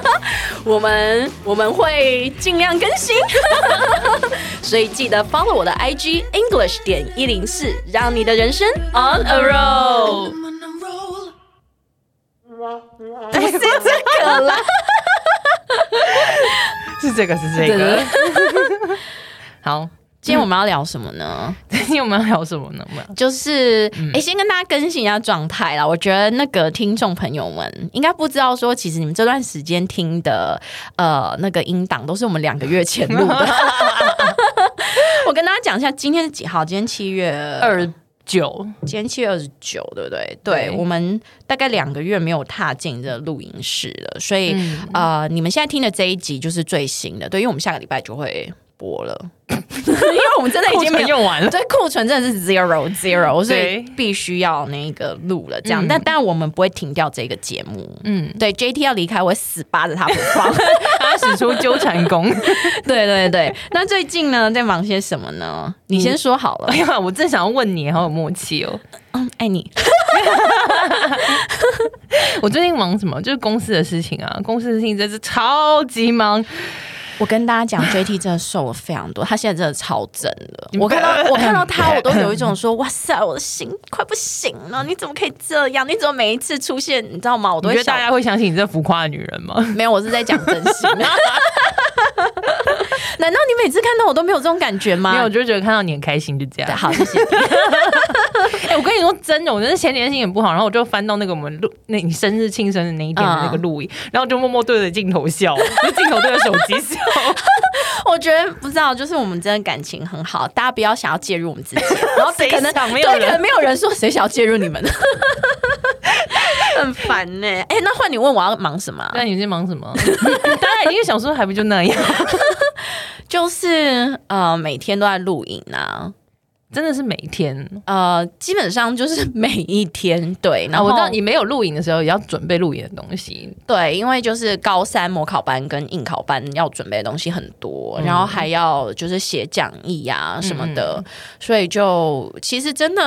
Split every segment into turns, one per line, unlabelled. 我们我们会尽量更新， 所以记得 follow 我的 IG English 点一零四，让你的人生 on a roll。
I'm on a roll.
不是这个啦，
是这个，是这个。 好，
今天我们要聊什么呢？
今天我们要聊什么呢？我们
就是，哎、先跟大家更新一下状态啦。我觉得那个听众朋友们应该不知道，说其实你们这段时间听的，呃，那个音档都是我们两个月前录的。我跟大家讲一下，今天是几号？今天七月
二九，
今天七月二十九，对不对？对
对
我们大概两个月没有踏进这录音室了，所以、呃，你们现在听的这一集就是最新的，对，因为我们下个礼拜就会播了，因为我们真的已经没有。
用完了。
对，库存真的是 zero zero，所以
对
必须要那个录了这样，但但我们不会停掉这个节目。
嗯，
对，JT 要离开，我会死扒着他不放。
他使出纠缠功。
对对对，那最近呢，在忙些什么呢？你先说好了
哎。呀，我正想要问你，好有默契哦。
嗯，爱你。
我最近忙什么？就是公司的事情啊，公司的事情真是超级忙。
我跟大家讲，JT 真的瘦了非常多，他现在真的超正了。
你
我
们
看
不
到
要
我看到 他，我都有一种说，哇塞，我的心快不行了！你怎么可以这样？你怎么每一次出现，你知道吗？我都
你觉
会
得大
想，
家会相信你这浮夸的女人吗？
没有，我是在讲真心。 难道你每次看到我都没有这种感觉吗？
没有，我就觉得看到你很开心，就这
对，
样。
好，谢谢。
哎、我跟你说真的，我真的前几天心情不好，然后我就翻到那个我们录那你生日庆生的那一天的那个录影，然后我就默默对着镜头笑， 就镜头对着手机笑。
我觉得不知道，就是我们真的感情很好，大家不要想要介入我们自己，然后
谁
可能
想
对，
没有
可
人
能没有人说谁想要介入你们，很烦呢、哎、那换你问我要忙什么啊、
那你在忙什 么？大家已经想说还不就那样，
就是呃，每天都在录影啊，
真的是每天。
呃，基本上就是每一天对。然
啊，
后、
我知道你没有录影的时候也要准备录影的东西，
对，因为就是高三模考班跟应考班要准备的东西很多，然后还要就是写讲义啊什么的，所以就其实真的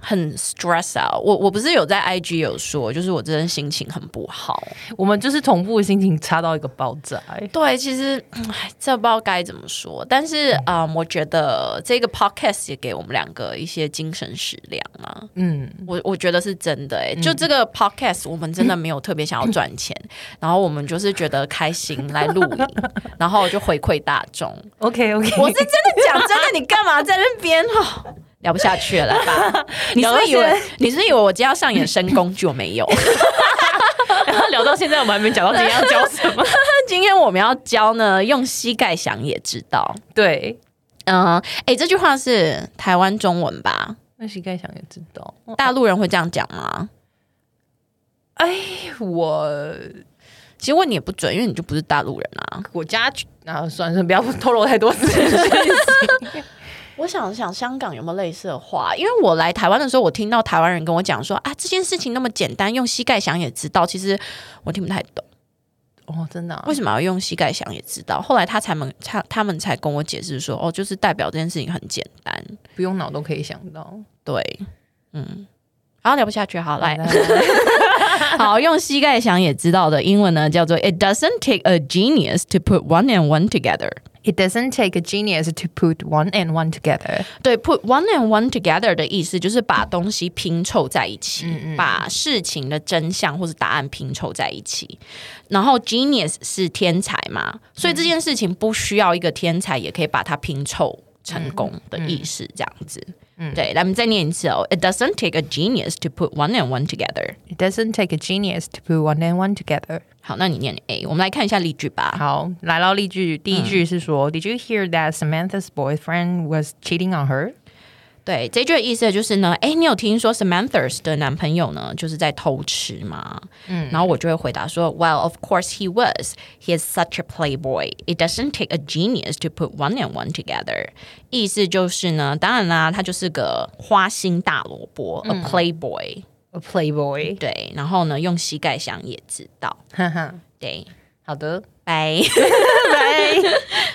很 stress out 我。我不是有在 IG 有说，就是我真的心情很不好。
我们就是同步的心情差到一个爆炸、欸
对，其实唉这不知道该怎么说，但是啊、嗯我觉得这个 podcast 也给我们两个一些精神食粮啊。
嗯，
我我觉得是真的哎、就这个 podcast，我们真的没有特别想要赚钱，然后我们就是觉得开心来录影，然后就回馈大众。
OK OK，
我是真的讲真的，你干嘛在那边哦？聊不下去了，来吧。你是不是以
聊
为
到
你是不是以为我今天要上衍生工具？我没有。
聊到现在我们还没讲到今天要教什么。
那今天我们要教呢，用膝盖想也知道。
对，
嗯，哎，这句话是台湾中文吧？
那膝盖想也知道。
大陆人会这样讲吗？
我
其实问你也不准，因为你就不是大陆人啊。
我家啊，算了，不要透露太多私事。
我想想香港有没有类似的话，因为我来台湾的时候，我听到台湾人跟我讲说啊，这件事情那么简单，用膝盖想也知道。其实我听不太懂，
哦，真的、啊
为？什么要用膝盖想也知道？后来他才们他他们才跟我解释说，哦，就是代表这件事情很简单。
不用脑都可以想到。
对，嗯，好，聊不下去，好来，
来
好，用膝盖想也知道的英文呢，叫做 It doesn't take a genius to put one and one together。
，It doesn't take a genius to put one and one together。
对，put one and one together 的意思就是把东西拼凑在一起，把事情的真相或是答案拼凑在一起。然后 genius 是天才嘛，所以这件事情不需要一个天才也可以把它拼凑成功的意思，这样子。对，咱们再念一次哦。It doesn't take a genius to put one and one together。
It doesn't take a genius to put one and one together。
好，那你念 A，我们来看一下例句吧。
好，来到例句，第一句是说、d i d you hear that Samantha's boyfriend was cheating on her？
对，这句的意思就是呢，哎，你有听说 Samantha's 的男朋友呢，就是在偷吃吗？嗯，然后我就会回答说，Well, of course he was. He is such a playboy. It doesn't take a genius to put one and one together. 意思就是呢，当然啦，他就是个花心大萝卜、a
嗯
playboy。
A playboy，
对，然后呢，用膝盖想也知道。
哈哈，
对，
好的，
拜。
拜。